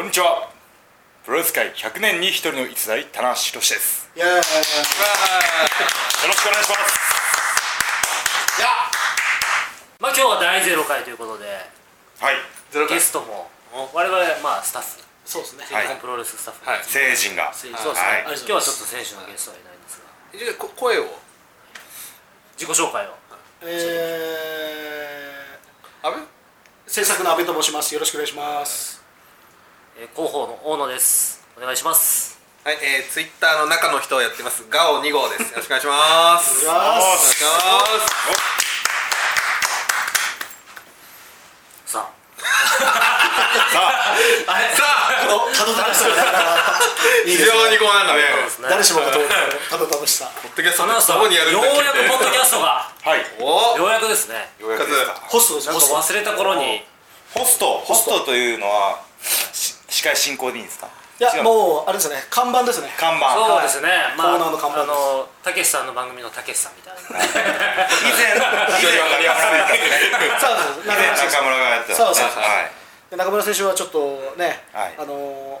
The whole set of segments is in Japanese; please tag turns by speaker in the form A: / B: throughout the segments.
A: にちはプロレス界100年に一人の逸材棚橋宏です
B: イエー
A: よ
B: イいや
A: ろしくお願いします
C: まあ今日は第0回ということで
A: はい
B: ゼロ
C: ゲ
B: 回
C: ストも我々まあスタッフ
D: そうですね。
C: 全日本プロレススタッフ、
D: はい
A: 成人が
C: そう
D: あ
A: はい
C: ですね、
D: りがとうございます
C: 今日はちょっと選手のゲストはいないんですが
D: じゃあこ声を
C: 自己紹介を
B: え
D: 阿部
B: ー、制作の阿部と申しますよろしくお願いします
C: えー広報の大野ですお願いします
E: はい、えー、ツイッターの中の人をやってますガオ2号です。よろしくお願いします。
B: お願いします
E: お願いします
C: さあ
E: さあ、
B: たどたどしさがだからいいです
E: 非
B: ね
E: 常にこうなんかね、
C: そうで
B: 誰し
C: すね
B: もが通るたどたどしさ
E: ポッドキャスト
C: 棚
E: の
C: 橋さん
E: どこにやるんだっ
C: よ
E: け
C: うやくポッドキャストがよ
E: お
C: うやくですね
A: ようやくですか
B: ホストです
C: なん
B: ホ
C: か
B: スト
C: 忘れた頃に
A: ホストホストというのはし司会進行でいいんですか
B: いや
A: う
B: もうあれですね看板ですね
A: 看板
C: そうですね、まあ、
B: コーナーの看板です
C: あのたけしさんの番組のたけしさんみたい な
A: 以 前以前中村がやって
B: そう
A: 以前中村がやってた
B: そうそうそう
A: はい
B: で中村選手はちょっとね、
A: はい
B: あのー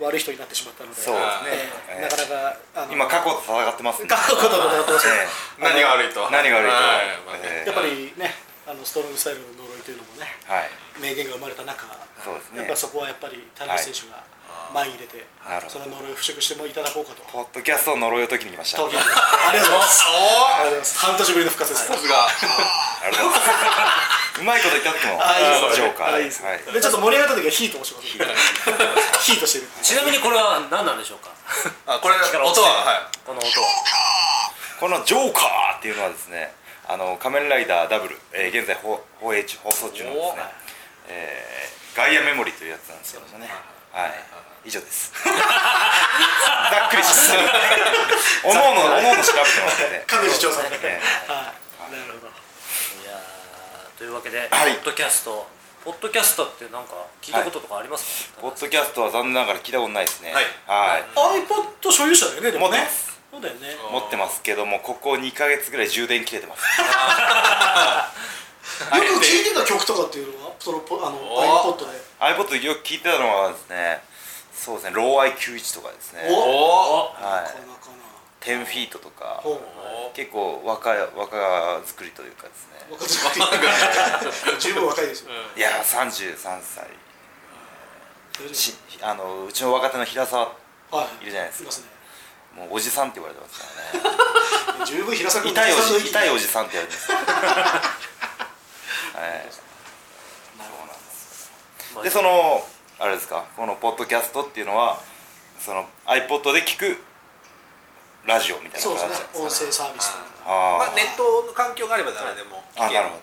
B: 悪い人になってしまったので
A: そうですね
B: え
A: え
B: ー
A: ー
B: なかなかあの
A: 今過去と戦ってますんで
B: 過去ことでやってますけど
A: え
E: お何が悪い
A: え
E: と。
A: 何が悪いと
E: はいまあね
A: ええ
B: やっぱりねあのストロングスタイルの呪いというのもね
A: はい
B: 名言が生まれた中
A: そうですね
B: やっぱそこはやっぱり田中選手が前に入れて、
A: はいなるほ
B: そ
A: ど
B: の呪いを払拭してもいただこうかと
A: ポッドキャストの呪いを解きに来ました
B: 東京ありがとうございますありがとうございます半年ぶりの復活です、
E: さすが。
A: ありがとうござい ます。うまいこと言ったっても、
B: あいいです
A: ジョ
B: ね
A: ーカ
B: あ
A: ー
B: いいですね
A: はい。
B: でちょっと盛り上がった時はヒートをしてますヒートしてる
C: ちなみにこれは何なんでしょうか
E: あ、これ
C: さっきから落
E: 音
C: ちてる
E: はは
C: この音
A: このジョーカーっていうのはですね、あの仮面ライダーダブル、えー現在放放映中放送中のですね、えーガイアメモリーというやつなんですけどもね。はい。以上です。 ざっくりします。 おのおのおのおの調べてますんで。
B: 各自調査で、
A: え
B: はいなるほど
C: いやーというわけで、
A: はい
C: ポッドキャストポッドキャストってなんか聞いたこととかあります
A: ー
C: か、
A: ポッドキャストは残念ながら聞いたことないですね。
E: はい
A: はい。
B: iPod 所有者だよねでもね
A: 持ってま
B: そうだよね
A: 持ってますけどもここ2ヶ月ぐらい充電切れてます
B: よく聴いてた曲とかっていうのはそのポあの
E: お
B: iPod で
A: iPod よく聞いてたのはですねそうですね「ローアイ91」とかですね
E: い。
B: お
E: おお。
B: な
A: は
B: か
A: い
B: なか
A: 「10フィート」とか
B: なおう
A: 結構若い若作りというかですね
B: 若作り 十分若いですよ
A: いやー33歳
B: 大丈夫
A: しあのうちの若手の平沢
B: は
A: い
B: い
A: るじゃないです
B: い
A: か
B: ますね
A: もうおじさんって言われてますからね
B: 十分平作
A: 痛いお
B: 平作の
A: じ
B: 域
A: 痛いおじさんって言われてますはい
C: まあ
A: で そのあれですかこのポッドキャストっていうのはその iPod で聞くラジオみたい
B: そう
A: な
B: で
A: 形
B: す
A: なん
B: ね
A: ですか
B: 音声サービスと
A: あー
E: まあネットの環境があれば誰でも
A: あ
E: 聞け
A: な
E: る
A: るほ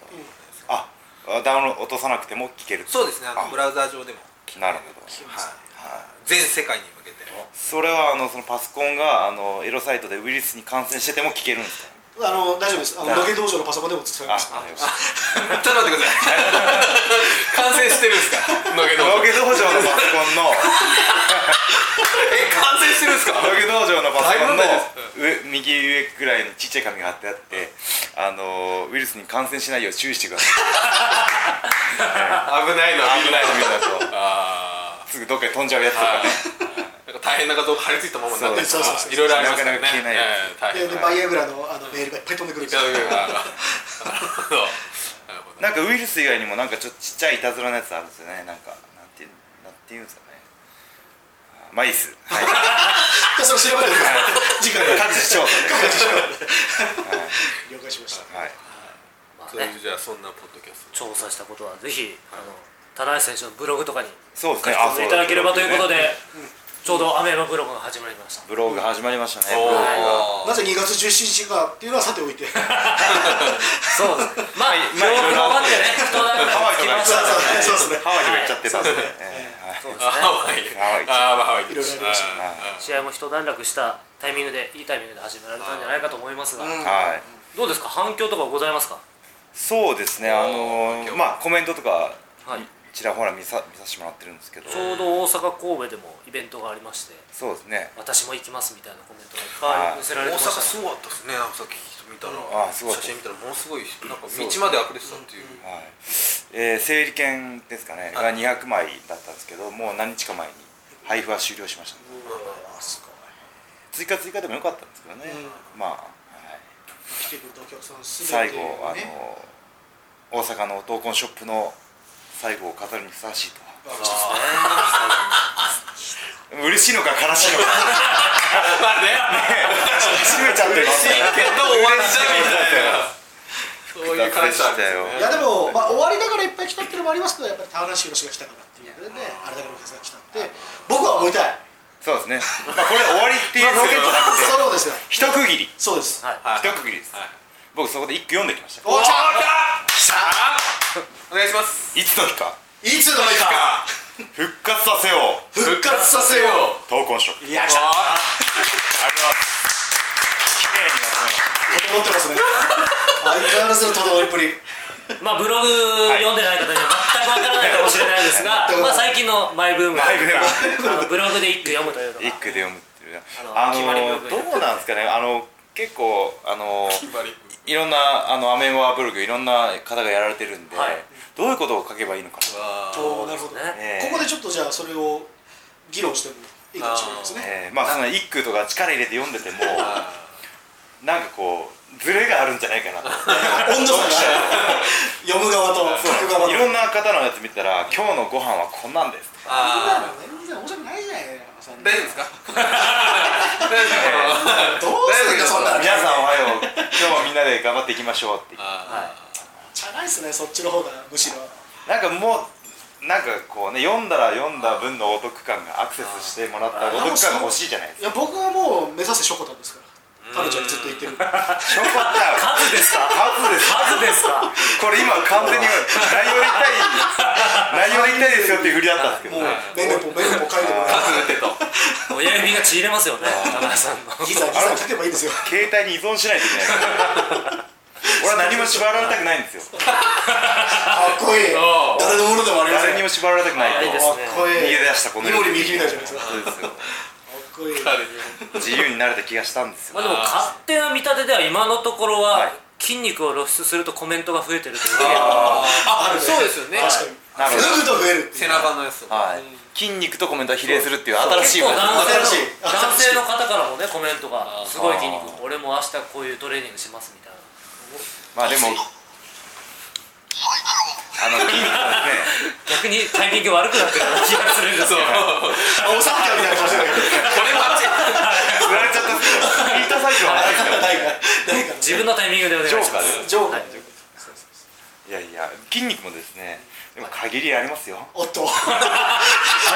A: ど、あダウンロード落とさなくても聞ける
E: そうですね。あ
A: あ
E: のブラウザー上でも聞け
A: なるほど
E: はい。全世界に向けて。
A: それはあのそのパソコンがあのエロサイトでウイルスに感染してても聞けるんですか
B: あの大丈夫ですあのロケ道場のパソコンでも使え
A: あ
B: ます
A: あよし
E: ちょっと待ってください。感染してるんですか。のげ
A: ロ
E: の。
A: ケ道場のパソコンの
E: え、感染してるんですか。
A: ロケ道場のパソコンの
E: だい
A: 上右上ぐらいのちっちゃい紙が貼ってあってあのウイルスに感染しないよう注意してください
E: 危ないのは見
A: 危
E: る
A: な
E: ないい
A: の見るなと
E: あ
A: すぐどっかに飛んじゃうやつとかね
E: ーなんか大変な画像が貼り付いたままになってると
B: そうそうそう
E: か
B: そう
E: いろいろありますから
A: な
E: ね
A: かなか消えないや
E: ええ大
B: で
E: 変
B: でバイアグラのあのメールがいっぱい飛んでくるんですよ
E: なるほどなるほど
A: なんかウイルス以外にもなんかちょっとちっちゃいいたずらのやつあるんですよねなんかなんていうなんていうんですかねあまあいいっすはい
B: じゃあそれ調べてください次回で
A: 各自調査で
B: 了解しました
A: はい
C: まあ
E: そう
C: ね
E: いうじゃあそんなポッドキャスト
C: 調査したことはぜひあの棚橋選手のブログとかに
A: そうです
C: 書
A: ね
C: い
A: あ
C: ていただければということで、
A: そうですね
C: ちょうどアメーバブログが始まりました
A: ブログ始まりましたね
E: お
A: ブログが
E: ー
B: なぜ2月17日かっていうのはさてお いて
C: そうですねまあ
A: いまあ
C: ブログが終わってね人だか
A: ハワ
C: ら
A: イ
C: 来
A: とか行
C: ま
A: っ
C: し
A: ち
C: た
A: ゃっ
C: の
A: たん
C: で
A: で
B: そうそうそうそう
A: ハワイとか行っちゃってたんでええはい
C: そうですね
E: あハワイ
A: ハワイ
E: あーまあハワイ
B: いろいろありましたね
C: 試合も一段落したタイミングでいいタイミングで始められたんじゃないかと思いますが、
A: はい
C: どうですか反響とかございますか
A: そうですねあのーまあコメントとか
C: はい
A: ちらほら見さ見させてもらってるんですけど
C: ちょうど大阪神戸でもイベントがありまして
A: そうですね
C: 私も行きますみたいなコメントがいっぱい寄せら
E: 大
C: れて
E: 阪
C: ましたね
E: すごかったですねなんかさっき見たら
A: んあーすごかった
E: 写真見たらものすごいなんか道まで溢れてたっていう
A: はいえー整理券ですかねが200枚だったんですけどもう何日か前に配布は終了しましたね、
B: うわすごい
A: 追加追加でもよかったんですけどね、まあ、はい
B: 来てくれたお客さんすべ
A: 最
B: て
A: 後
B: ね、
A: あの大阪の闘魂ショップの最後を飾るにふさわしいと
B: あ
A: 嬉しいのか悲しいのか 締めちゃってますね
E: けど終わりじゃみたいなそう
A: うい
E: い
A: うう感
E: 感じ
A: じな
E: な
A: んん
E: で
A: ですすよね
E: ね
B: いやでも、まあ、終わりだからいっぱい来たってのもありますけどやっぱり田原市広が来たからっていうことでねあれだけのお客さんが来たんで僕は思いたい
A: そうですね、まあ、これ終わりっていうわけじゃなくて
B: そうですよ
A: 一区切り
B: そうです
C: はい
E: はい
A: 一区切りです、僕そこで一句読んできました
B: お
E: お
B: ー
E: ー
B: 来
E: 来
B: たさ
E: た
B: あ
E: お願いします
A: いつの日か
B: いつの日か
A: 復活させよう
B: 復活させよ
A: 闘魂ショップ
B: ういや来た
A: ありがと
B: 整って ますね相変わらずの整いっぷり
C: まあブログ読んでない方には全くわからないかもしれないですが、
B: はい
C: まあ最近のマイブームと
A: マイブ
C: いうか、あのブログで一句読むというの
A: うございます一
C: が、
A: 句で読むっていうね
C: あの
A: あの
C: 決まり文句
A: どうなんですかねあの結構あの
E: バリ
A: いろんなあのアメンワーブログいろんな方がやられてるんで、
C: はい
A: どういうことを書けばいいのか
B: おーなるほど、
C: ね
A: ええ
B: ここでちょっとじゃあそれを議論してもいいかもしれないですね
A: えーまあその一句とか力入れて読んでてもなんかこうズレがあるんじゃないかなと
B: 温度差が読む側と書く側と
A: いろんな方のやつ見たら「今日のご飯はこんなんです」とか
B: 今
E: あ
B: の全然面白くないじゃないそん
E: ー
B: な
E: 大丈夫ですか大丈夫かな
B: どうすんだよそんな
A: 「
B: の
A: 皆さんおはよう今日もみんなで頑張っていきましょう」って
E: あ
B: チャラいっすねそっちの方がむしろ
A: なんかもうなんかこうね読んだら読んだ分のお得感がアクセスしてもらったお得感が欲しいじゃないです
B: いや僕はもう目指せショコタンですからタルちゃんにずっと言ってる
A: かショコタン
C: 数ですか？
A: 数です
C: 数ですか？
A: これ今完全に内容言いたい内容言いたいですよっていう振りだったんですけ
B: も
A: ど
B: う
A: ね
B: メモもメモも書いてもら
E: ー数打てと
C: 親指がちぎれますよね、高橋さんの。
B: うギザギザ書けばいいですよ
A: 携帯に依存しないといけないです俺は何も縛られたくないんですよ
B: かっこいい
E: おう
B: 誰のものでもありません
A: 誰にも縛られたくない
C: あいい
A: と
C: です
B: かっ
C: ね
B: こい
A: 逃げ
B: い
A: 出したこの
B: 井森美幸みたいじゃないですか
A: そうですよ
B: かっこいい
A: 自由になれた気がしたんですよ
C: まあでも勝手な見立てでは今のところ
A: は
C: はい筋肉を露出するとコメントが増えてるという
E: あ
B: るね
E: そうですよね
B: 確かに
A: なるほ
B: 脱ぐと増えるってい
E: 背
B: う
E: 中のやつとか
A: はい筋肉とコメントは比例するっていう新しい
C: 結構男性
B: 新
C: の
B: しい
C: 男性の方からもねコメントがすごい筋肉俺も明日こういうトレーニングしますみたいな
A: まあでもあの筋肉はですね
C: 逆にタイミング悪くなってるような気がするんです
E: そう
C: よ
B: あおさんちゃんみたいな顔してる
E: これマジ
A: 振られちゃったんですけどヒートサイクルはないですから
B: 誰か誰か
C: 自分のタイミングでお願いします
A: ジョーカーで
B: ジョーカー
C: は
A: い
C: い
A: やいや筋肉もですねでも限りありますよ
B: おっと
C: あ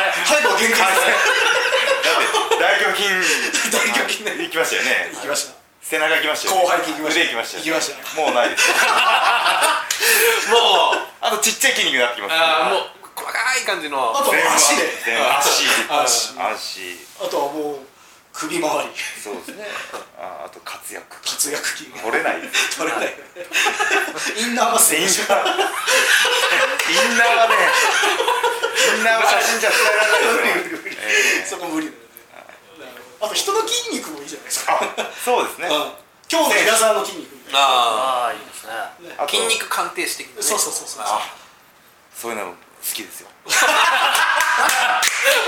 C: れ
B: 最後は限界
A: だって大胸筋
B: 大胸筋
A: 行
B: ね
A: きましたよね
B: 行きました
A: 背中行きましたよ、
B: 後背筋行きました
A: 腕行きましたよ
B: 行きました
A: もうないです
E: もう
A: あとちっちゃい筋肉になってきます
E: あーもう細かい感じの
B: あとは足で
A: 全部足
B: 足
A: 足
B: あとはもう首周り
A: そうですねああと活躍
B: 活躍筋が
A: 取れないです
B: 取れないインナーマッスル
A: インナーインナーはねインナーは写真じゃ伝えられないですよ、え
B: そこ無理だよねあと人の筋肉もいいじゃないですか
A: ーあそうですね
B: うん今日の皆さんの筋肉みたい
C: ああい
E: あ
C: いですね
B: な
A: あと
B: ね
E: ー筋肉鑑定士的なね
B: そうそうそうそう
E: あ
A: そういうの好きですよ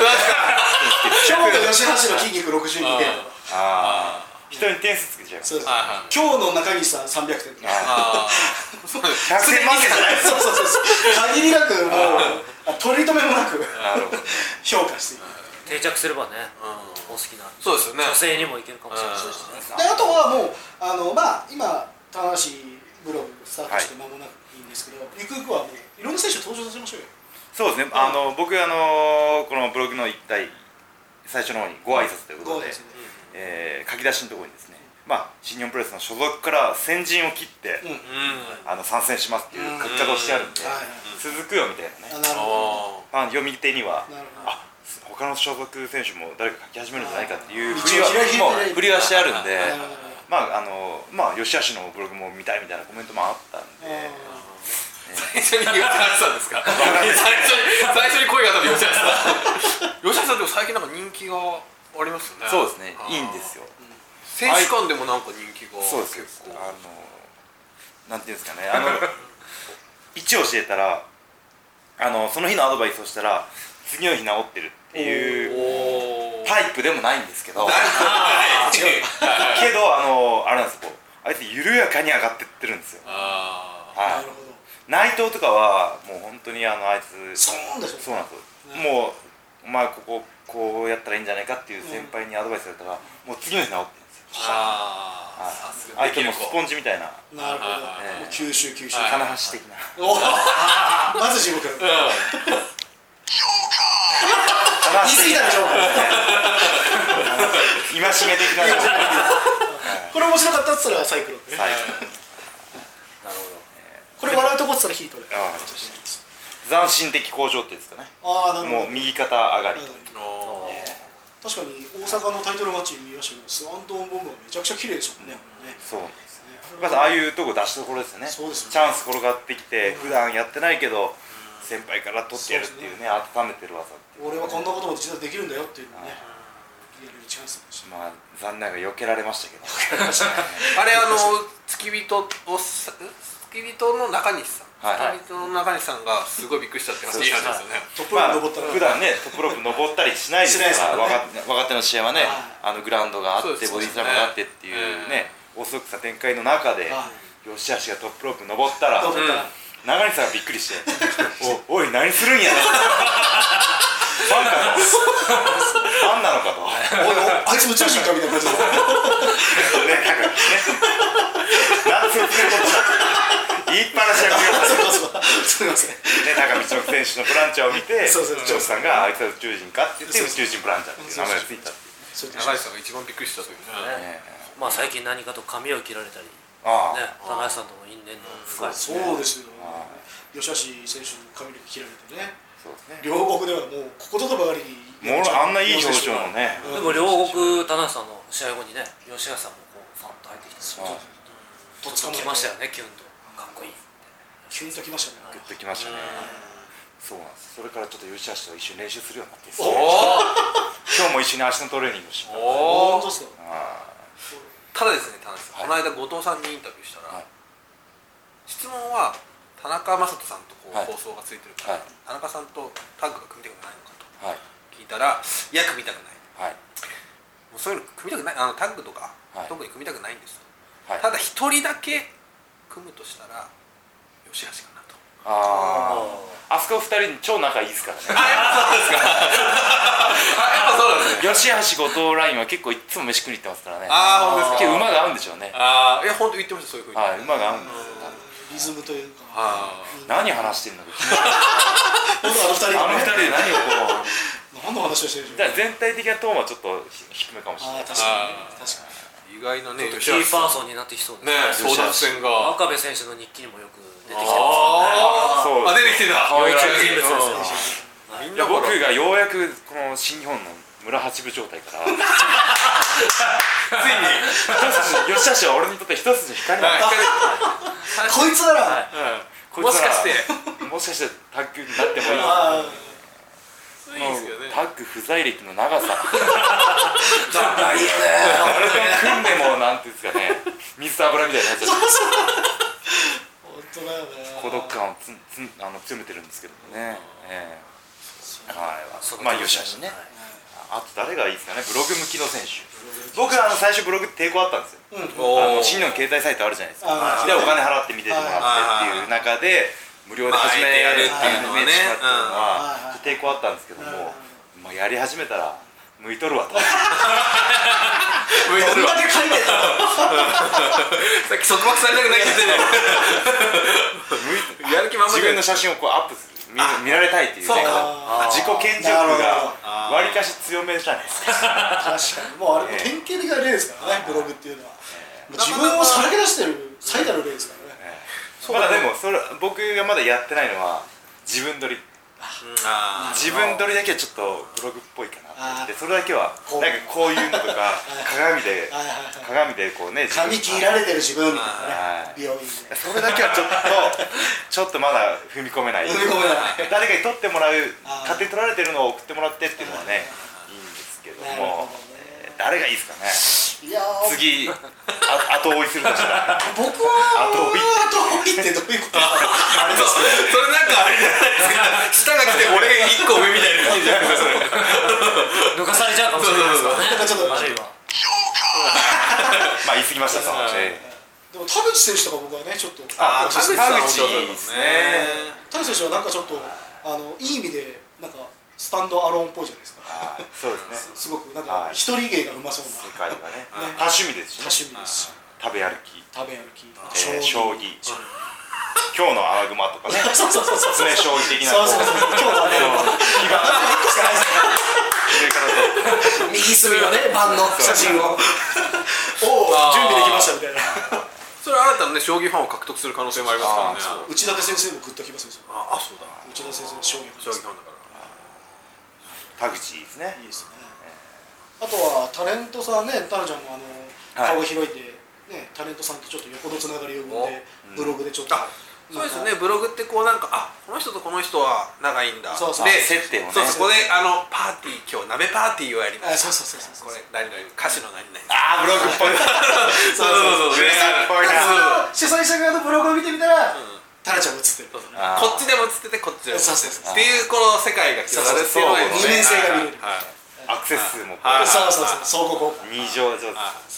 B: 今日の吉橋の筋肉62点
A: ああ人に点数つけちゃいます
B: そうです
E: はいはい
B: 今日の中西さん300点
A: あ
E: あーそうです
A: 100点満点じゃないです
B: そうそうそうそう限りなくもうあ取り留めもなく
A: なるほど
B: 評価していく
C: 定着すればねお好きな
E: そうですよね
C: 女性にもいけるかもしれない
E: うん
C: しね
B: であとはもうあのまあ今田橋ブログスタートして間もなくいいんですけど、ゆくゆくはもういろんな選手を登場させましょうよ
A: そうですね、あの僕あのこのブログの一体最初の方にご挨拶ということで、
B: ですね
A: えー書き出しのところにですね、まあ、新日本プロレスの所属から先陣を切って、
B: うん
E: うん
A: あの参戦しますっていう書き方をしてあるんで、
B: はい
A: 続くよみたいなね、
B: あなるほ
E: あ
A: ファン読み手には
B: どなるほど
A: あ他の所属選手も誰か書き始めるんじゃないかっていう
B: あー
A: 振りは
B: 道を開いて
A: もう振りはしてあるんで
B: なるほどなる
A: まああのまあ吉橋のブログも見たいみたいなコメントもあったん
B: ほど
A: で
E: 最初に言われてたん ですか最初に最初に声が当たって吉田さん吉田さんでも最近なんか人気がありますよね
A: そうですね
E: あー
A: いいんですよ
E: 選手間でもなんか人気が
A: そうですよ
E: 結
A: あ
E: 構
A: のなんていうんですかねあの位置を教えたらあのその日のアドバイスをしたら次の日治ってるっていう
E: おー
A: タイプでもないんですけど
E: あー違う
A: けどあのあれなんですよこうあいつ緩やかに上がってってるんですよ
E: あー
A: は
B: なるほど
A: い内藤とかはもう本当にあのあいつ
B: そーんでしょ
A: そうなんです
B: ね
A: よもうお前こここうやったらいいんじゃないかっていう先輩にアドバイスされたらもう次の日治ってるんですよ
E: あ
A: は
E: ー
A: い
E: さすが
A: あ
E: で
A: いつ
E: き
A: も
E: る
A: うス
E: 子
A: ポンジみたいな
B: なるほど
E: はい
A: はいはい
B: もう吸収吸収
E: はい
A: 金橋的な
B: おおまず地獄
E: うん
A: 金
B: 言い過ぎたでしょ
A: 戒め的な感じ
B: これ面白かったっつったらサイクロンね
A: はい
C: なるほど
B: これ笑うとこっつったらヒートで
A: あわかりま斬新的向上っていうんですかね
B: ああなるほど
A: もう右肩上がり
B: うん
A: と
E: おー
B: 確かに大阪のタイトルマッチ見ましたけどスワントーンボムはめちゃくちゃ綺麗でしたもんね,、ね
A: そうなんですまずああいうとこ出しどころですよね
B: そうですよ
A: チャ
B: ね
A: ンス転がってきて普段やってないけど先輩から取ってやるっていうね温めてる技っていう
B: 俺はこんなことも実はできるんだよっていうのをねやれるチャンスでした
A: まあ残念ながら避けられましたけど
E: あれあの付き人をさん付き人の中西さん、
A: はい
E: 付き人の中西さんがすごいびっくりしたって話
A: そう
E: いい話ですよね
B: トップ
A: ま
B: ラ
A: あ
B: ン登ったら、
A: 普段ねトップロープ登ったりしないですから
B: しないですからね
A: 若手若手の試合はねあのグラウンドがあって
E: そうです
A: ボディスラムがあってっていうねおそくさ展開の中で
B: は
A: 吉橋がトップロープ登ったら
B: 登ったら
A: 長西さんがびっくりして「おおい何するんや」ファンかとファンなのかと
B: おいおいあいつ宇宙人かみたいな感じで
A: ねなんかね何するってことだ言いっぱなしやめよう
B: そうそうすみません
A: ね、中道の選手のブランチャーを見て、
B: そうそう
A: ジョーさんがあいつは宇宙人かって言って、
B: そう
A: 宇宙人ブランチャーっていう名前がついたっていう
B: そうで
E: 中西さんが一番びっくりしたというね
A: ね。
C: まあ最近何かと髪を切られたりね
A: ああ、
C: 高橋さんとも因縁の深い
B: すよそうですよ吉橋選手の髪の毛切られてね
A: そうですね。
B: 両国ではもうここととばかりに
A: もうあんないい表情のね、
B: うん
C: でも両国田中さんの試合後にね吉川さんもこうファンと入ってきて
A: ああ
C: とっつかまれましたよねキュンとかっこいい
B: キュンときました
A: グッ
B: ね
A: ときましたね。そうなんです。それからちょっと吉橋と一緒に練習するようになって、
E: お
A: 今日も一緒に明日のトレーニングをし
E: ー
A: よう
E: お
B: 本当
A: あ
B: ですか
E: ーただですね田中さん、
A: は
E: この間後藤さんにインタビューしたら、
A: はい
E: 質問は田中雅人さんとこう、
A: はい
E: 放送がついてるか
A: は
E: ら、
A: い
E: 田中さんとタッグが組みたくな
A: あはい
E: いのかと聞いたらいや組みたくな
A: は
E: い
A: い
E: もうそういうの組みたくないあのタッグとか、
A: はい
E: 特に組みたくないんですと
A: はい。
E: ただ一人だけ組むとしたら吉橋かなと
A: ああ、
C: あ
A: あそこ二人超仲いいですからね。
E: あやっぱそうなんですね
A: 吉橋後藤ラインは結構いっつも飯食いに行ってますからね。
E: あー本当です
A: 結
E: か
A: 構馬が合うんでしょうね。
E: ああいや本当言ってましたそういうふうに
A: はい、馬が合うんですよ。
B: リズムというか
E: あー
A: 何話してるのか。
B: 本当あの
A: あの
B: 二人
A: 二
B: が
A: 人
B: ね
A: で何をこう。
B: 何の話をしてるんでし
A: だ
B: ょう
A: から全体的なトーンはちょっと低めかもしれ
B: あ
A: な
B: あ
A: い
B: 確かにね確かに
E: 意外なね
C: キーパーソ
E: ン
C: ンになってきそうです
E: ねえ争奪戦が
C: 赤部選手の日記にもよく出てきてます
E: あ
A: そう
E: ーあ出てきてた
A: 可愛らしい
E: 要注意
C: そうそう
E: うんみん
A: いや
E: な
A: 僕
E: 僕
A: がようやくこの新日本の村八部状態 からついに一筋吉橋は俺にとって一筋光なんだ
B: こいつなら、
C: はい
A: こい
E: も
A: つ
E: しからして
A: もしかしてタッグになってもいい
B: ああ
E: いいですよね
A: タッグ不在歴の長さ
B: 長いよね
A: 俺と組んでもなんていうんですかね水と油みたいになっちゃって
B: 本当だよね
A: 孤独感をつんつんあの強めてるんですけどもね、ええはいまあ吉橋ねあと誰がいいですかねブログ向きの選手僕はあの最初ブログって抵抗あったんですよ
B: うん
A: あ
E: お
A: の
E: ー
A: 新日本携帯サイトあるじゃないです
B: あ
A: か
B: ー
A: でお金払って見ててもらってっていう中で無料で始めやるっていうのをね
E: ま
B: あ
A: っていうのはちょっと抵抗あったんですけども
B: はいはい、
A: まあ、やり始めたら向いとるわと
E: 向いて
B: どん
E: るわ
B: だけ書いてたの
E: さっき束縛されたくないって言ってねやる気満々
A: 自分の
E: で
A: 写真をこうアップする見見られたいっていうね
E: そう
B: か
A: 自己顕示欲
B: なるほ
A: がわりかし強めじゃないですか
B: 確かにもうあれも典型的な例ですからねブログっていうのはもう自分をさらけ出してる最たる例ですからね
A: まだでもそれ僕がまだやってないのは自分撮り
E: あー
A: 自分撮りだけはちょっとブログっぽいかなって
B: あー
A: それだけは
B: こう
A: なんかこういうのとか 鏡で
B: はいはいはい
A: 鏡でこうね自分
B: 髪切られてる自分みたいな
A: は
B: ね
A: い
B: 美容院で
A: それだけはちょっ とちょっとまだ踏み込めない
B: 踏み込めない
A: 誰かに撮ってもらう
B: あー
A: 勝手に撮られてるのを送ってもらってっていうのはねいいんですけど
B: なるほ
A: も
B: どね
A: 誰がいいですかね
B: いやー
A: 次あ後追いするとしたら
B: 僕は
A: 後追い
B: 後追いってどういうことですか
E: あれそうそれなんかあれじゃないですか下が来て俺が一個上みたいな感じじゃないですかそれ
C: 抜かされちゃうかもしれないですからね
B: そうそうそう
C: あるいは
A: まあ言い過ぎましたと
C: そうですね
B: でも田口選手とか僕はねちょっと
A: あー
E: 田
A: 田
E: 口さん
A: 口
E: 本当だ
A: いいですね
B: 田口選手はなんかちょっとあのいい意味でなんかスタンドアローンっぽいじゃないですか
A: はいそうですね
B: すごくなん
A: はい
B: か一人芸がうまそう
A: 世
B: な
A: 界がね多趣味ですし、ね、
B: 多趣味ですし
A: 食べ歩き、
B: 食べ歩き
A: えー、将棋今日のアラグマとかね
B: そうそうそうそう
A: 詰め将棋的な
B: そうそうそう今日はね
A: 基盤
B: 一個しかないです
A: という形で
B: ね右隅のね盤の写真をおお
E: あー
B: 準備できましたみたいな
E: それ新たなね将棋ファンを獲得する可能性もありますからね
B: 内田先生もグッときますよそれ
E: ああそうだ
B: 内田先生の将棋
E: 将
B: の
E: 棋ファンだから
A: 田口いいですね
B: いいですねあとはタレントさんねタナちゃんもあの
A: はい
B: 顔広いで、ね、タレントさんとちょっと横のつながりを生ん
E: おう
B: でブログでちょっと
E: あそうですよねブログってこうなんかあこの人とこの人は仲いいんだ
B: そうそう
E: で
A: 接点をね
E: そうそこであのパーティー今日鍋パーティーをやりま
B: あ
E: す
B: そうそうそうそう
E: これ何々歌手の何々
A: ああブログっぽい
E: そ
B: そう
E: う
B: そう
E: そう
A: っぽいな
B: 主催者側のブログを見てみたら、タラちゃんも映ってる
E: そうそう
A: あー
E: こっちでも映っててこっちでも映
B: そうそう
E: って
B: そう
E: てっていうこの世界が広がるっていうのがいいですね
B: 二面性が見れる
E: はいはい
A: アクセス数も
E: はい
B: そうそうそう相互交換
A: 二乗上手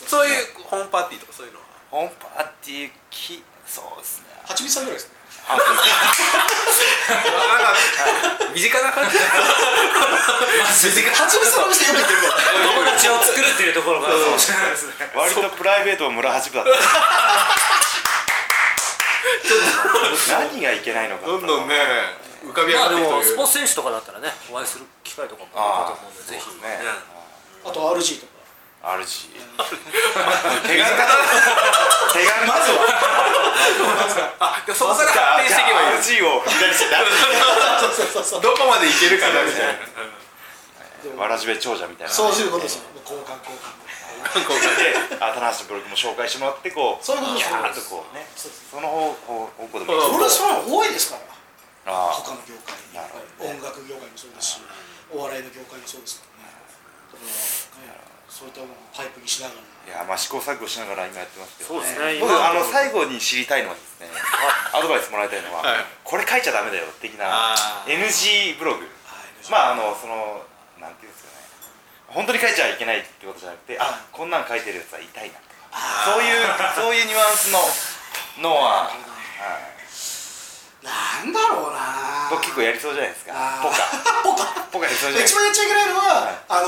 E: そういうホームパーティーとかそういうのは
A: ホームパーティーきそうですね
B: はちみつさんぐらいですね
E: なんか身近な感じで
B: はちみつさんの店よく行ってるから
C: 友達を作るっていうところがそうですね
A: 割とプライベートも村八分だった何がいけないのか
E: どんどんね浮かび上
C: まあ
E: がっ
C: で
E: てき
C: も
E: て
C: スポー
E: る
C: ツ選手とかだったらねお会いする機会とかもあるかと思うんでぜひ
A: そうですね
B: あと RG とか
A: RG 手軽か手軽まずは
E: あでもそこから発展していけばいいです
A: RG を左して
B: そうそうそうそう
E: どこまでいけるかなみたいな
B: でも
A: わらじべ長者みたいな
B: そういうことですよもう交換交換
E: 韓国が
A: で新しいブログも紹介してもらってこう
B: そういうことで
A: キ
B: す
A: ャーッとこうね
B: そうです
A: その方方方向でもいい
B: プロレスファン多いで
E: そう
B: すから
A: あ
B: 他の業界
A: なるほど
B: 音楽業界もそうですしお笑いの業界もそうですからねだからねそういったものをパイプにしながら
A: いやまあ試行錯誤しながら今やってますけど、
C: そうですね
A: 僕
C: 今
A: あの最後に知りたいのはですねアドバイスもらいたいのは、
E: はい
A: これ書いちゃダメだよ的な
E: あー
A: NG ブログまああのそのなんていうんですかね本当に書いちゃいけないってことじゃなくてあこんなん書いてるやつは痛いなとかそういうそういうニュアンスののは、はい、
B: なんだろうな
A: 僕結構やりそうじゃないですか
B: あー
A: ポカ
B: ポ
A: ポカ
B: カ
A: やりそうじゃないです
B: 一
A: か
B: 番やっちゃ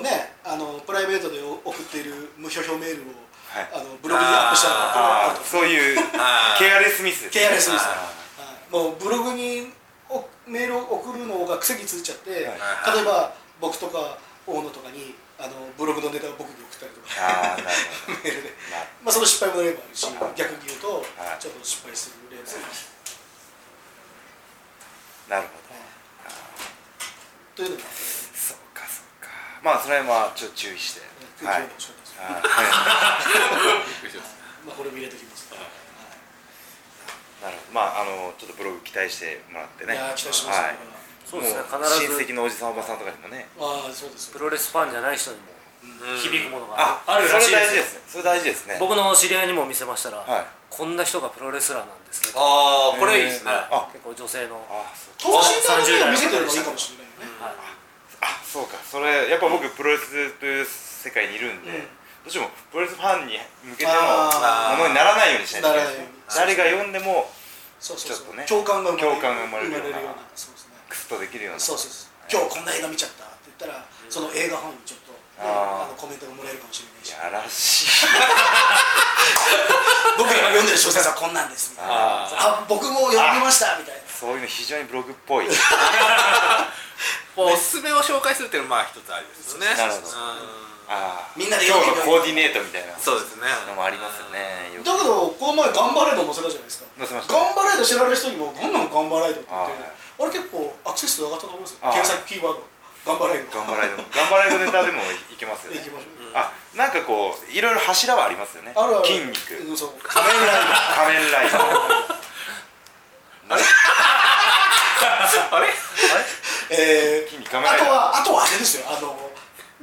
B: いけないのは、あのねあのプライベートで送っている無表表メールを、
A: はい
B: あのブログにアップしたのが
A: あーそういう
E: あ
A: ケ
E: ー
A: アレスミスですね
B: ケアレスミス
A: あ
B: はいもうブログにおメールを送るのが癖についちゃって、例え
E: はい
B: ば僕とか大野とかにあのブログのネタを僕に送ったりと
A: ー
B: か
A: あーなるほど
B: メールで、
A: なる
B: まあ、その失敗も例もあるし逆に言うと、
A: はい
B: ちょっと失敗する例もあるし、
A: なるほど
B: はいというのが
A: そうかそうかまあそれはまあちょっと注意して
B: 空
A: はい
B: 気を紹介する、
A: はい
B: まあ、これも入れておきます、
A: なるほどまああのちょっとブログ期待してもらってね
B: いやー期待してますよ、
A: はい
C: そうですね
A: もう
C: 必ず
A: 親戚のおじさんおばさんとかにもね
B: ああそうです
C: プロレスファンじゃない人にも
E: うん
C: 響くものがある
A: そ
C: ら
A: れ
C: しい
A: 大事
C: で
A: ですすねそれ大事ですね
C: 僕の知り合いにも見せましたら、
A: はい
C: こんな人がプロレスラーなんですねと
E: ああこれいいですね
A: えーあ
C: 結構女性の
A: あそう
B: 等身大の面を見せてるのがいいかもしれないよね、
A: あそうかそれやっぱ僕プロレスという世界にいるんで、
B: うん
A: どうしてもプロレスファンに向けての
B: あ
E: ー
A: ものにならないようにしないといけないですね
B: ならない
A: 誰
B: ように
A: が読んでも
B: そうそう
A: ちょ
B: そ
A: っ
B: う、
A: とね
B: 共感が生まれる
A: 共感が生まれるような
B: 生まようなそうですね
A: クスッとできるような
B: そうそうそう今日こんな映画見ちゃったって言ったら、その映画ファンにちょっと、
A: あー
B: あのコメントがもらえるかもしれないし
A: やらしい
B: 僕が今読んでる小説はこんなんですみたいな
A: あー
B: あ僕も読みましたみたいな
A: そういうの非常にブログっぽい
E: もうおすすめを紹介するっていうのはまあ一つありですよね
A: なるほど
E: うん
A: あー
B: みんなで
A: 今
B: 読
A: 日
B: ん
A: の
B: で
A: コーディネートみたいな
E: そうですね
A: のもありますよねよく
B: だけどこの前頑張れど載せたじゃないですか
A: 載せました
B: 頑張れど知られる人にもこんなん頑張れどって言っ
A: あ
B: てあれ結構アクセス数上がったと思いますよ
A: あー
B: 検索キーワード頑張れど
A: 頑張 らいの頑張らいのネタでもいけますよ
B: い
A: ね
B: きましょう
A: あなんかこういろいろ柱はありますよね
B: あるある
A: 筋肉
B: うんそう仮面ライダー
A: 仮面ライダーあれ
E: あれ
B: えー
A: 筋肉仮面
B: あ
A: ライ
B: と
A: ダー
B: はあとはあれですよあの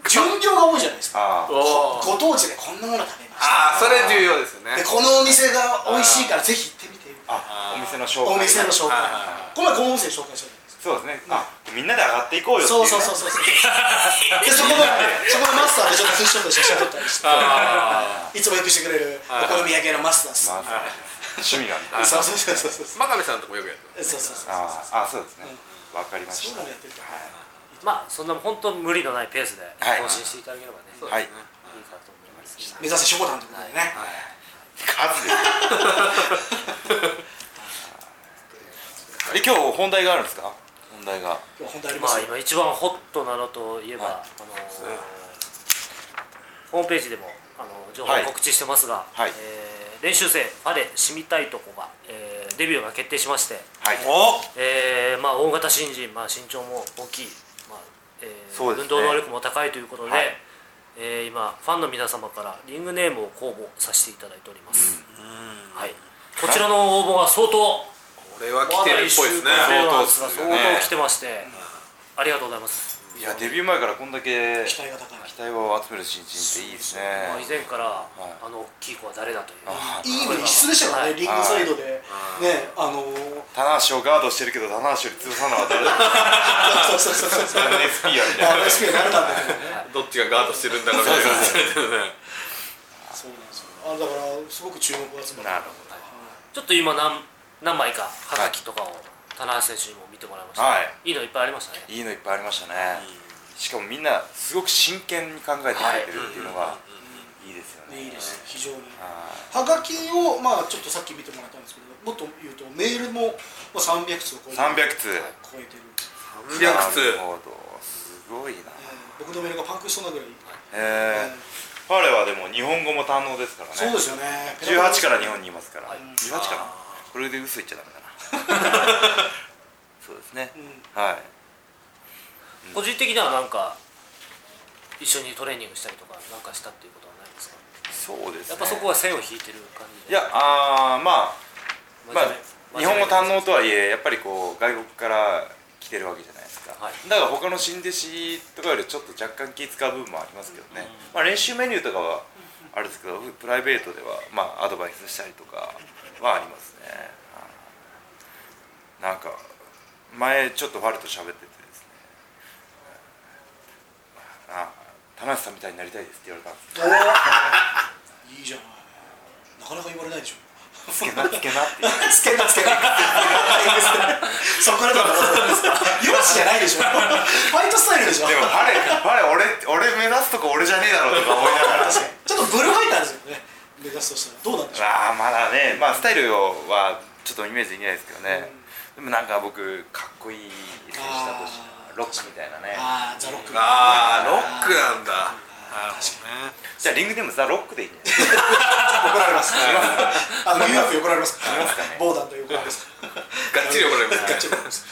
B: 巡業が多いじゃないですですよ
A: ああ
E: おー
B: ご当地でこんなもの食べました
E: ああそれ重要ですよね
B: でこのお店が美味しいからぜひ行ってみて
A: あ
E: あ
A: お
E: ー
A: 店の紹介
B: お店の紹介
E: はいはいは
B: この前この店で紹介したじゃな
A: そうです
B: いですか
A: ねあみんなで上がっていこうよってい
B: そうう
A: ね
B: そうそうそうそうでそこの そこのマスターでちょっとツーショットで写真撮ったりして
E: あ
B: いつもよくしてくれるお好み焼き屋のマス
A: ま
B: ターです
A: あ趣味なんだ
E: あ
B: そうそうそうそうそう
E: ー真壁さんとこよくやって
B: そうそうそう
A: あーあそうですねわかりま
B: そ
A: し
B: ういう
A: た
B: のもやってるから
C: まあそんな本当無理のないペースで
A: はい
C: 更新していただければね、
E: ます
A: はい
E: そうですね
C: い、い
B: 目指
C: かと思います
B: せしょこたんということでね
A: 数ですえ今日本題があるんですか本題が
B: 今日本題ありま
C: まあ
B: すよ
C: 今一番ホットなのといえば、
A: は
C: あのーホームページでもあの情報を告知してますが、
A: はい
C: えー練習生ファレしみたいとこが、えーデビューが決定しまして、
A: はい
E: お
C: えーまあ、大型新人、まあ、身長も大きい、まあえー
A: そうですね
C: 運動能力も高いということで、
A: はい
C: えー今ファンの皆様からリングネームを公募させていただいております、はい、こちらの応募が相当
E: これは来てるっぽいですね
C: 相
A: 相
C: 当
A: 当ですよね
C: 相当来てまして、ありがとうございます
A: いやデビュー前からこんだけ
B: 期待が高い
A: 期待を集める新人っていいですね
C: まあ、以前から、
A: い
C: あの大きい子は誰だという
A: あ
B: いいの一室でしたからね、
C: はい
B: リングサイドで、ね
E: は
B: あ
E: い、
B: のー、
A: 棚橋をガードしてるけど棚橋より強さなのは誰だ
B: そうそうそうそう そう、
A: NSP やみたいな
B: あ、SP になれたんだけどね、
E: どっちがガードしてるんだろうみたいな感じですね
B: そうなんですよ、あだから、すごく注目を集まって、
A: なるほ
B: ど、
C: ちょっと今何何枚かはがきとかを棚橋選手にも見てもらいました、、
A: はい
C: いのいっぱいありましたね
A: いいのいっぱいありましたねしかもみんなすごく真剣に考えてくれてるっていうのがいいですよね
B: いいですね、非常に。
A: はい
B: はがきを、まあ、ちょっとさっき見てもらったんですけど、もっと言うと、メールも、まあ、300通を超えてる、
A: 300通
B: 超えてる、
E: 300通
A: なるほどすごいな
B: えー僕のメールがパンクしそうなぐらい、
A: へ
B: え
A: えファレはでも日本語も堪能ですからね
B: ーそうですよね、
A: 18から日本にいますから、
C: はい
A: 18かなこれで嘘言っちゃダメだなそうですね
B: うん
A: はい
C: 個人的にはなんか一緒にトレーニングしたりとかなんかしたっていうことはないですか
A: そうですね
C: やっぱそこは線を引いてる感じ
A: い
C: で
A: やあーまあ
C: 真
A: まあ
C: 面目、
A: 日本語堪
C: 真面目
A: 能とはいえやっぱりこう外国から来てるわけじゃないですか、
C: はい
A: だから他の新弟子とかよりちょっと若干気使う部分もありますけどね、まあ、練習メニューとかはあれですけどプライベートではまあアドバイスしたりとかはありますねはいなんか前ちょっとファルと喋っててですね「あ田中さんみたいになりたいです」って言われたんです
B: おーいいじゃない、なかなか言われないでしょ。
A: けど「つけなつけな」って言う
B: つけたつけたそこからだとよしじゃないでしょファイトスタイルでしょ
A: でもファレファレ俺俺目指すとこ俺じゃねえだろうとか思いながら
B: 確かにちょっとブルーファイターですよね目指すとしたらどうなんでしょう
A: まあまだね、まあ、スタイルはちょっとイメージできないですけどね、でもなんか僕かっこいい選手だとし
B: あー
A: ロックみたいなね
B: ああザ・ロック
E: ああロックなんだなる
A: じゃあリングでもザ・ロックでいいんじゃない
B: 怒られます あの UF 怒られますボーダンと怒られます
E: ほどねがっちり怒られます
B: ガッチリ怒られます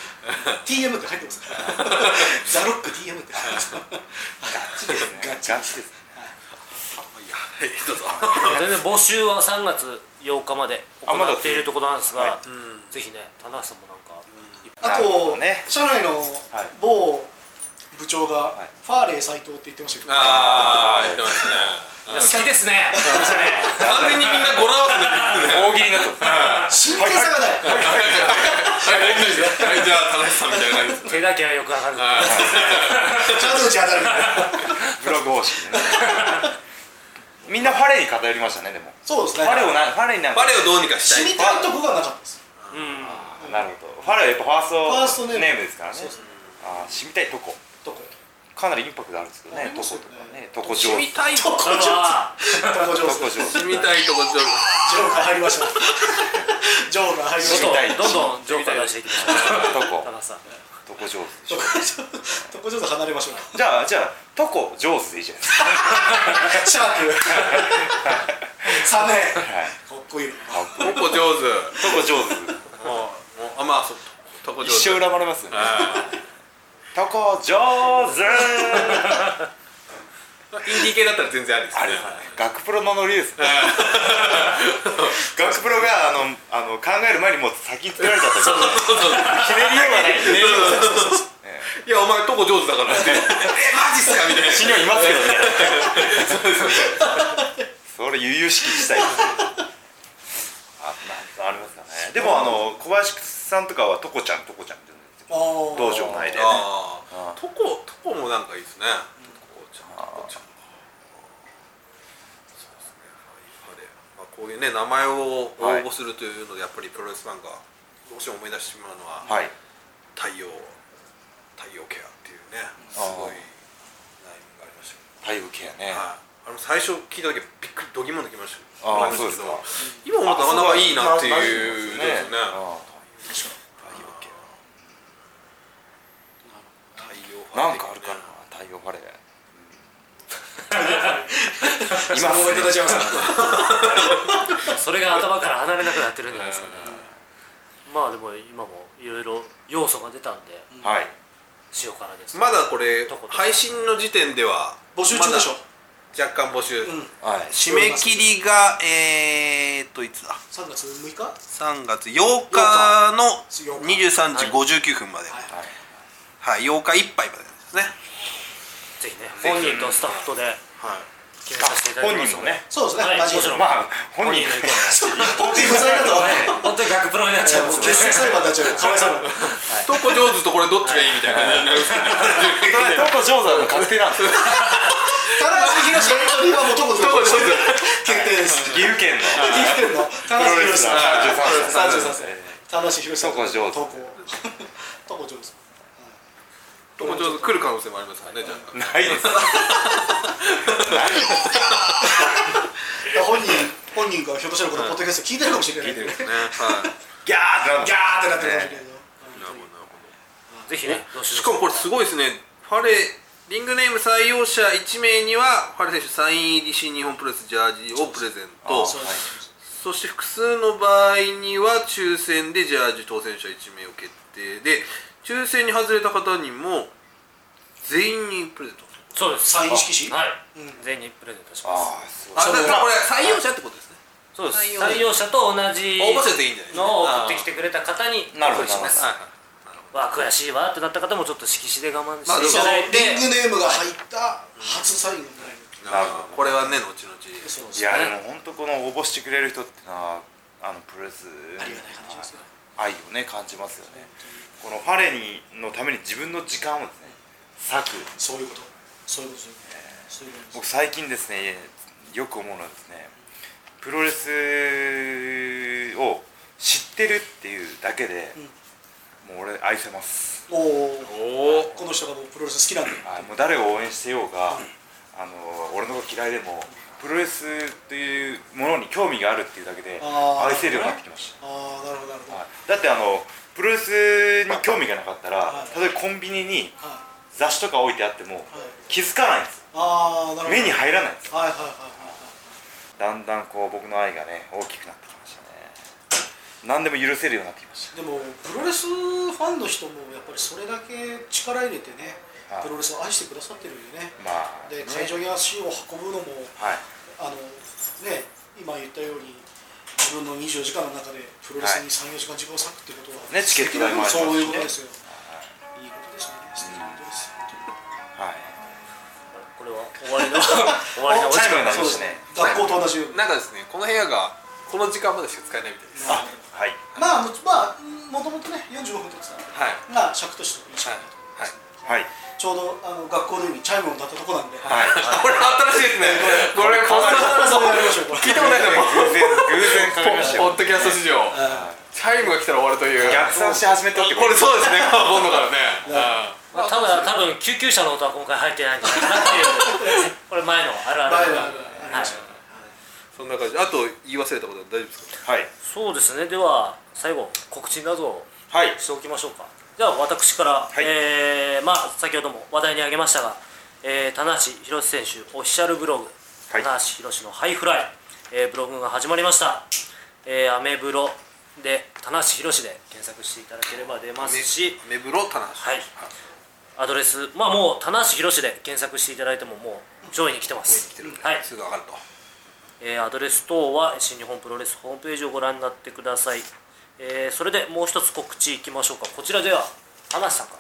B: TM って入ってますザ・ロック TM って入ってます
A: ですね
B: ガ
A: ガチです
E: はいどうぞ
C: 全然募集は3月8日まで
A: あまだ
C: 行っているところなんですが、
A: は
C: ぜひね棚橋さんもなんか、
B: あ
A: なるほど
B: と
A: ね
B: 社内の
A: はい
B: 某部長
A: は
B: が
A: い
B: ファーレイ斎藤って言ってましたけど
E: ああ言ってますね
C: いや好きで すね
E: 完全にみんな語呂合わせで
A: 大喜利になってます
B: 真剣さがない
E: はいじゃあ田中さんみたいな感じです
C: 手だけはよくわかる
B: ちゃんと打ち当たるみたいな
A: ブログ方式でね みんなファレに偏りましたねでも
B: そうです
A: フ
B: ね
A: ァレをなファレになんか
E: バレーをどうにかした
B: 死
E: い
B: にたいとこがなかったです
C: うん
A: なるほどファレはやっぱファースト
B: ファーストネーム
A: ネームですからね
B: そうですね
A: あー死みたいとこ
B: どこ
A: かなりインパクトあるんですけど
B: あ
A: ねと
B: りま
A: こ
B: す
A: と
B: よ
A: か
B: ね
A: ねとこ上
E: 死に
A: 手
E: たい
B: どこ
C: それは
B: どこ
A: とこ上
B: 上手
A: 手
E: 死にたいとこちょっと
B: ジョーカー入りましたジョーカー入りまし
A: みたい
C: どんどんどんジョーカー出していきましょ
A: と
C: う
A: こ
C: 棚橋さん
A: とこ上手でしょ
B: たどこ上手離れましょう
A: じゃあじゃあとこ上手でいいじゃないですか
B: シャープサメ
A: はい
B: かっこいいな
E: ここ上手
A: とこ上手
E: もうもうあまあそうとこ上
A: 一生
E: 手
A: 恨まれますよね
E: あ
A: とこ上手
E: ーインディー系だったら全然ありです
A: あれ
E: ね
A: 学プロのノリですね学プロがあのあの考える前にもう先に作られちゃった
E: そうそうそう
A: ひねりようがないひねりようがない
E: いやお前とこ上手だからってえマジっすかみたいな
A: 死にはいますけどねそれ悠々しきしたいですねあまあありますかねでもあの小林さんとかはトコちゃんトコちゃんって言うんですよ道場
B: あ
A: 内でね
E: あ
A: あ
E: あトコトコもなんかいいですねトコちゃんトコちゃんそうですねファイファレまあこういうね名前を応募するというのでやっぱりプロレスファンがどうしても思い出してしまうのは
A: はい
E: 太陽太陽ケアっていうねすごい悩みがありましたけど
A: 太陽系やね
E: はい、あの最初聞いた時びっくりどぎも抜きましたよ
A: ああ
E: なんけ
A: そ
E: ど
A: うで
E: 今思ったらなかなかいいなってい
A: あ
E: う
A: そうですねあ
E: あ太陽
A: あなんかあるかな太陽バレー
B: 今
A: 今
B: 思い立ちます
C: それが頭から離れなくなってるんじゃないですかねまあでも今もいろいろ要素が出たんで
A: はい
C: 塩辛です
E: まだこれ
C: どこどこ
E: 配信の時点では
B: 募集中でしょ、
E: まだ若干募集、
B: うん
A: はい
E: 締め切りがえー、っといつだ
B: 3月6日は
E: 3月8日の
B: 8日
E: 23時59分ま
B: い
E: で、
A: はい
E: はい8日いっぱいまでですね
C: ぜひね本人とスタッフとで
E: はい
C: 決めさせていただき
A: 本
C: ます
A: 人
C: の
A: も
C: で
A: ね
B: そうですね、
C: はい
B: マジで
C: もちろん
A: まあ本人の意見
C: 本人の意見
B: 本当に不在だとは
C: 本当に逆プロになっちゃいますね
B: 欠席裁判になっちゃうよかわいそうな
E: トコ上手とこれどっちがいいみたいな感じになるんですけど
A: どこ上手なの確定なんですよ
B: 田中宏エントリーはもうとこと
E: トコ上手
B: 決定です
A: 岐阜県の
B: 生きてるの田
A: プ
B: 中
A: ロレ
B: 宏
A: ス
B: さ
A: ラ
B: ん
A: ー33歳
B: 33歳田中宏さん
A: どこ上手
B: とことこ上手
E: トコ上手来る可能性もありますからね若干
A: ないです
B: 本人本人がひょっとしたらこのポッドキャスト聞いてるかもしれない
A: 聞いてる
E: ねはい
A: ギャーって
B: ギャーってなってるかもしれないよ
E: なるほどなるほど
C: ぜひねどうしよう
E: しかもこれすごいですねファレリングネーム採用者1名にはファレ選手サイン入り新日本プロレスジャージをプレゼン
A: あ
E: ト
B: そうです
E: そして複数の場合には抽選でジャージ当選者1名を決定で抽選に外れた方にも全員にプレゼント
C: そうです
B: サイン色紙
C: はい
B: うん
C: 全員にプレゼントします
A: ああすごい
B: そ
E: あだ
B: う
E: からこれ採用者ってことですね
C: そうです
E: 採用
C: 採用者と同じ
E: 応募者でいいんじゃないですか
C: のを送ってきてくれた方に
A: なるほど
C: お送りします
E: はい
C: わあ悔しいわってなった方もちょっと色紙で我慢し
E: まあ
C: ていただいて
B: リングネームが入った初サインがもらえる
E: なるほどこれはね後々
B: そうです
A: いやでも本当この応募してくれる人ってのはあのプロレス
B: ありがたい話ですよ
A: 愛をね感じますよねこのファレにのために自分の時間をですね割く
B: そういうことそういうことそういうこと
A: 僕最近ですねよく思うのはですねプロレスを知ってるっていうだけで、もう俺愛せます
B: そういうことですお
E: お
B: おこの人がもうプロレス好きなんで
A: あもう誰を応援してようが、あの俺のこと嫌いでもプロレスというものに興味があるっていうだけで
B: あー
A: 愛せるようになってきました
B: ああなるほどなるほど
A: はいだってあのプロレスに興味がなかったら
B: は、い
A: 例えばコンビニに
B: はい
A: 雑誌とか置いてあっても
B: はい
A: 気づかないんです。
B: ああなるほど
A: 目に入らないんです。
B: はいはいはい
A: だんだんこう僕の愛がね大きくなってきましたね。何でも許せるようになってきまし
B: でもプロレスファンの人もやっぱりそれだけ力入れてね
A: はい
B: プロレスを愛してくださってるよね
A: た。まあ、ね
B: で会場に足を運ぶのも
A: はい
B: あのね今言ったように自分の24時間の中でプロレスに34、時間時間を割くってことは
A: ねチケット代もありますしね
B: そういうことですよ、い、いことですよね素敵なことですよ
A: はい。
C: これは終わりの 終わり のお時間になり
A: そ
C: ま
A: う
C: し
A: ですね
C: た
B: 学校と同じように
E: なんかですねこの部屋がこの時間までしか使えないみたいです
A: あ、はい。
B: まあもまあもともとね45分とかさ
E: はい
B: が尺としていい尺だと
E: はい
A: はい。
B: ちょうどあの学校のようにチャイムを鳴ったとこなんで、
A: はい。
E: これ新しいですねこれこ
B: 必
E: れ
B: ずやりましょうこれ
E: 聞いたことないですね
A: 偶然偶然かかりました
E: ポ
A: よ
E: ッ。ドキャスト史上チャイムが来たら終わるという
A: 逆算し始めたって
E: これそうですね今度からねうん
C: まあ、ただ多分救急車の音は今回入ってないんじゃないかなっていうこれ前のあるある
B: 前のあるある
C: はい、
E: そんな感じあと言い忘れたことは大丈夫ですか
A: はい。
C: そうですねでは最後告知などを
A: はい。
C: しておきましょうかでは私から、
A: い
C: えーまあ先ほども話題に挙げましたが、えー、棚橋宏選手オフィシャルブログ「
A: はい
C: 棚橋宏のハイフライ」えーブログが始まりました、えーアメブロで「棚橋宏で検索していただければ出ますし、
E: 目風呂棚橋
C: はいアドレスまあもう棚橋宏で検索していただいてももう上位に来てます
E: 来てるんで
C: はい
E: すぐ上がると
C: えーアドレス等は新日本プロレスホームページをご覧になってください、えーそれでもう一つ告知いきましょうかこちらでは花瀬さんか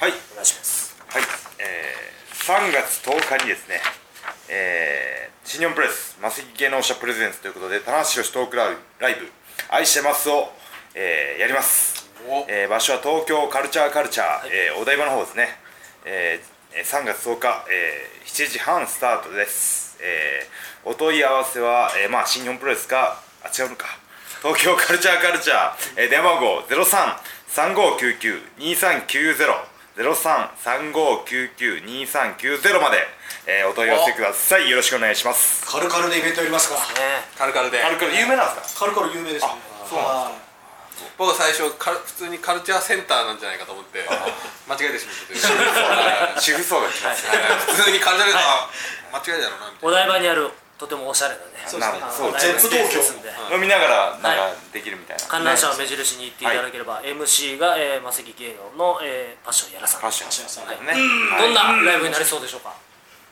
C: ら
A: はい。
C: お願いします
A: はい、えー3月10日にですね、えー、新日本プロレスマセキ芸能者プレゼンツということで棚橋宏トークライブ「愛してますを」えーやります、
E: お
A: えー場所は東京カルチャーカルチャー、えーお台場の方ですね、えー、3月10日、えー7時半スタートです、えーお問い合わせは、えーまあ、新日本プロレスかあ違うのか東京カルチャーカルチャー、えー電話番号0335992390 03-3599-2390まで、えーお問い合わせくださいよろしくお願いします
B: カルカルでイベントやりますから
E: カルカルで
A: 軽く有名なんですか
B: カルカル有名ですねそうなんです
E: 僕は最初カル普通にカルチャーセンターなんじゃないかと思って間違えてしまったというはい
A: 主婦層が来ます、
E: 普通にカルチャーセンター間違いだろうなみた
C: お
E: い
C: 台場にあるとてもおしゃれなね
B: そう
A: なんかそう
C: お
A: ジ
C: 台
A: ェ
C: 場
A: ッ
B: ツ
A: ト
C: に建設で
A: 飲みながらなんか
C: は
A: できるみたいな、
C: 観覧車を目印に行っていただければ、MC が、えー、マセキ芸能の、えーパッションやらさん
A: ファッション
B: 橋さん
A: ね、はい
C: どんなライブになりそうでしょうか、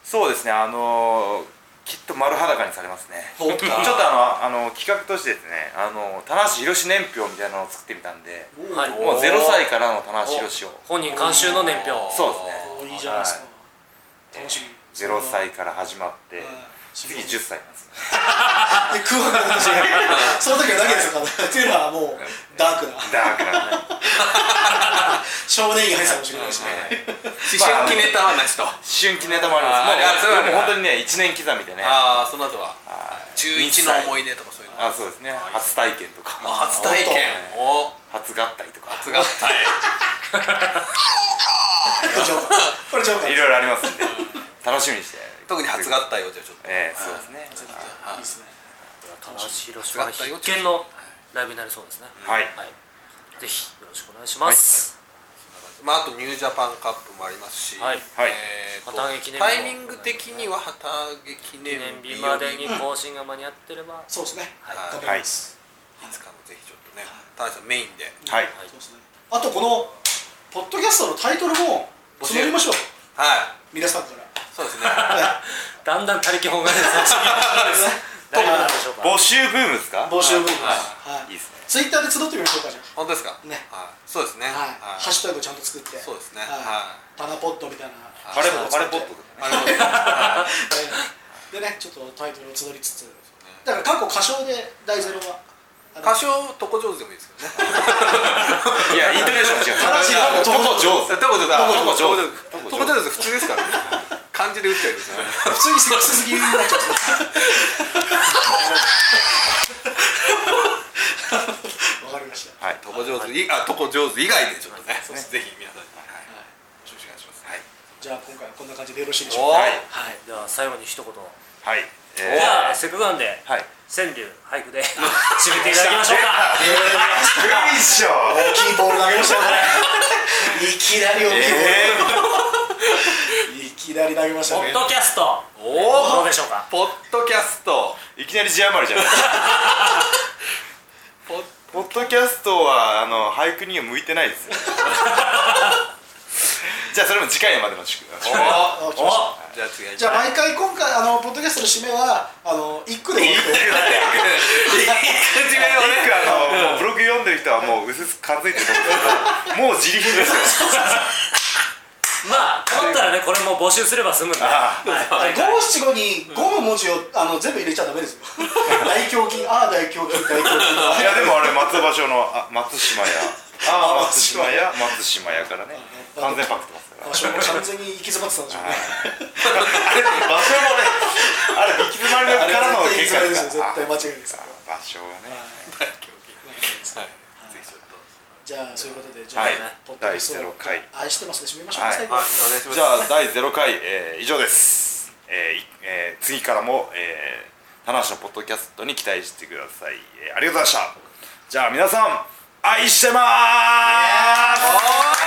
A: そうですねあのーきっと丸裸にされますねち
B: お
A: ょ
B: っ
A: っとあのあの企画としてですねあの棚橋宏年表みたいなのを作ってみたんで
C: はい、
A: もう0歳からの棚橋宏を
C: 本人監修の年表
E: お
A: そう
B: お
A: ですね
B: いいじゃないですか
A: は
B: 楽しみ
A: 0歳から始まって
B: 次
A: 次10歳なんですよ
B: で空白の話その時はだけですよただっていうのはもうダークな
A: ダークなんで
B: 少年院入ってたかもしれないしね
E: な思春期ネタはなしと
A: 思春期ネタもある
E: あーあそうんなん
A: ですもう
E: だ
A: でも本当にね1年刻みでね
E: ああその後は
A: はい
E: 中一の思い出とかそういうの
A: あそうですね初体験とか
E: あ初体験お
A: 初合体とか
E: 初合体
B: これジョーカーこれジョーカー
A: いろいろありますんで楽しみにして
E: 特に初合体をじゃあちょっと
A: ええそうですね
B: いいですね
C: 田中宏は必見のライブになりそうですね
A: はい
C: ぜひよろしくお願いします、
E: まああとニュージャパンカップもありますし
C: はい
A: はい
E: えーと
C: 旗揚げ記念日も
E: タイミング的には旗揚げ記念
C: 記念
E: 日
C: 日
E: ま
C: ま
E: で
C: で
E: に
C: に
E: い
C: 更新が間に合ってれば、
B: そうですね
E: い
B: 頑張ります
E: つかもぜひちょっとね田中さんメインで
A: はい
B: そうですねあとこのポッドキャストのタイトルも募りましょう
E: はい
B: 皆さんから
E: そうですね
C: だんだん他力本願です大丈夫なんでしょうか
A: 募集ブームですか
B: 募集文です
E: はい
B: はい
A: いいですね
B: ツイッターで集ってみましょうかじゃあ
E: 本当ですか
B: ね
E: はいそうですね
B: はい、
E: はい
B: ハッシュタグちゃんと作って
E: そうですねは
B: はいタナポットみたいな
A: あれあれポッド
E: ありがとうございます
B: ええでねちょっとタイトルを集りつつだから過去歌唱で大ゼロ はあの
E: 歌唱とこ上手でもいいですけどね
A: いやイントネーション違う
B: 正しい
A: とこ上 手
E: とこ上手だ
A: とこ上
E: と
A: 手
E: こ上手普通ですからね漢字で打っちゃいますよね
B: 普通に鈴木になっちゃったわかりました
A: はい
E: とこ上手いあとこ上手以外でちょっとね
A: そうです
E: ぜひ皆さんにはいよろしくお願いします
A: はい
B: じゃあ今回はこんな感じでよろしいでしょう
E: お
B: か
E: ー
A: はい
C: はい、では最後に一言じ
A: はいえー
C: ゃあせっかくなんで
A: はい
C: 川柳俳句で締めていただきましょ うか
A: よいしょ
B: 大きいボール投げましたよこれいきなり大きいボールいきなり投げまし
C: ポ
B: た
C: ッ
B: ね
C: ドキャスト
E: おー
C: どうでしょうか
E: ポッドキャスト
A: いきなり字余りじゃない
E: ポッ
A: ポッドキャストはあの俳句には向いてないですよじゃあそれも次回までの宿題
E: お
B: あ来
C: お
B: ました
E: じゃあ次は
B: じゃあ毎回今回あのポッドキャストの締めはあの一句で終わると
E: 一
A: 一
E: 面をね
A: 句あの、もうブログ読んでる人はもう薄々感づいてると思うんですけどもう自利品ですよ
C: まあ困ったらねこれも募集すれば済むんで
A: あ
C: はい
B: 五七五に五の文字をあの全部入れちゃダメですよ大胸筋ああ大胸筋大胸
A: い
B: 筋
A: やでもあれ松場所のあ松島屋あ松島屋松島屋からね
B: あ
A: 完全パクってますから
B: 場所も完全に行き詰まってたんでしょうね
A: あれ場所もねあれ行き詰まりからの結果
B: あれ
A: で
B: 絶
A: すから
B: 対行き詰まりですよ絶対間違いないです
A: ああ場所がね
E: ぜひちょっと
B: じゃあそういうことでじゃあ、
A: はい
B: ポッドキャ
A: 第
B: スト
A: 0回
B: 愛してますで締めましょう、
A: はい
B: 最後
E: はいお願いします
A: じゃあ第0回、えー以上です、えーいえー次からも、えー、田橋のポッドキャストに期待してください、えーありがとうございましたじゃあ皆さん愛してまーす
E: おー